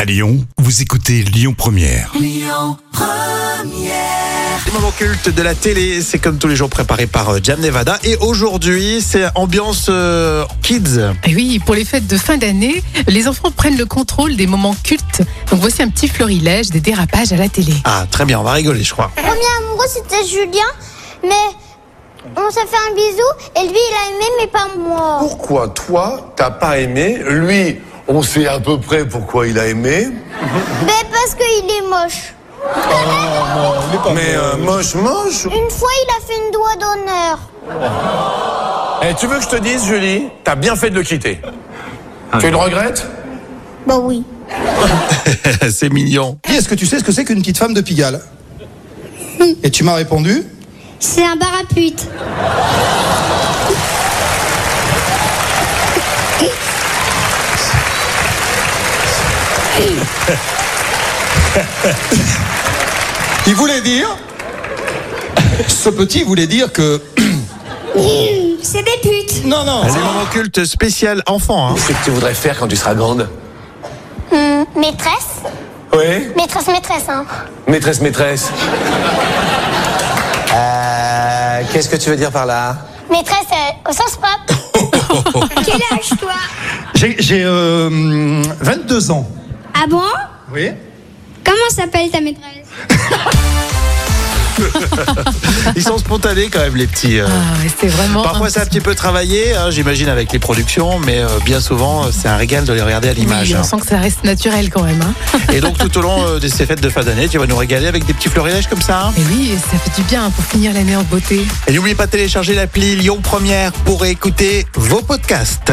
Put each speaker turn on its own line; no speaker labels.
À Lyon, vous écoutez Lyon Première.
Les moments cultes de la télé, c'est comme tous les jours préparé par euh, Jam Nevada. Et aujourd'hui, c'est ambiance euh, kids.
Et Ah oui, pour les fêtes de fin d'année, les enfants prennent le contrôle des moments cultes. Donc voici un petit florilège des dérapages à la télé.
Ah, très bien, on va rigoler, je crois.
premier amoureux c'était Julien, mais on s'est fait un bisou et lui il a aimé mais pas moi.
pourquoi toi, t'as pas aimé Lui, on sait à peu près pourquoi il a aimé.
Mais Ben, parce qu'il est moche.
Mais euh, moche, moche.
Une fois il a fait une doigt d'honneur.
Eh, tu veux que je te dise, Julie, t'as bien fait de le quitter. tu le regrettes
Bah oui.
c'est mignon.
Dis, Est-ce que tu sais ce que c'est qu'une petite femme de Pigalle Et tu m'as répondu
C'est un barapute.
Il voulait dire. Ce petit voulait dire que.
C'est des putes.
Non, non
Les moments cultes spécial enfant. hein.
C'est que tu voudrais faire quand tu seras grande
Maîtresse
Oui.
Maîtresse, maîtresse, hein.
Maîtresse, maîtresse.
Qu'est-ce que tu veux dire par là
Maîtresse euh, au sens propre. Quel âge toi
J'ai j'ai, euh, hum, 22 ans.
Ah bon
Oui
Comment s'appelle ta maîtresse
Ils sont spontanés quand même, les petits. euh.
Ah, c'est vraiment.
Parfois, c'est un petit peu travaillé, hein, j'imagine, avec les productions, mais euh, bien souvent, euh, c'est un régal de les regarder à l'image.
Oui,
hein.
on sent que ça reste naturel quand même. hein.
Et donc, tout au long euh, de ces fêtes de fin d'année, tu vas nous régaler avec des petits florilèges comme ça. hein.
Mais oui, ça fait du bien pour finir l'année en beauté.
Et n'oubliez pas de télécharger l'appli Lyon Première pour écouter vos podcasts.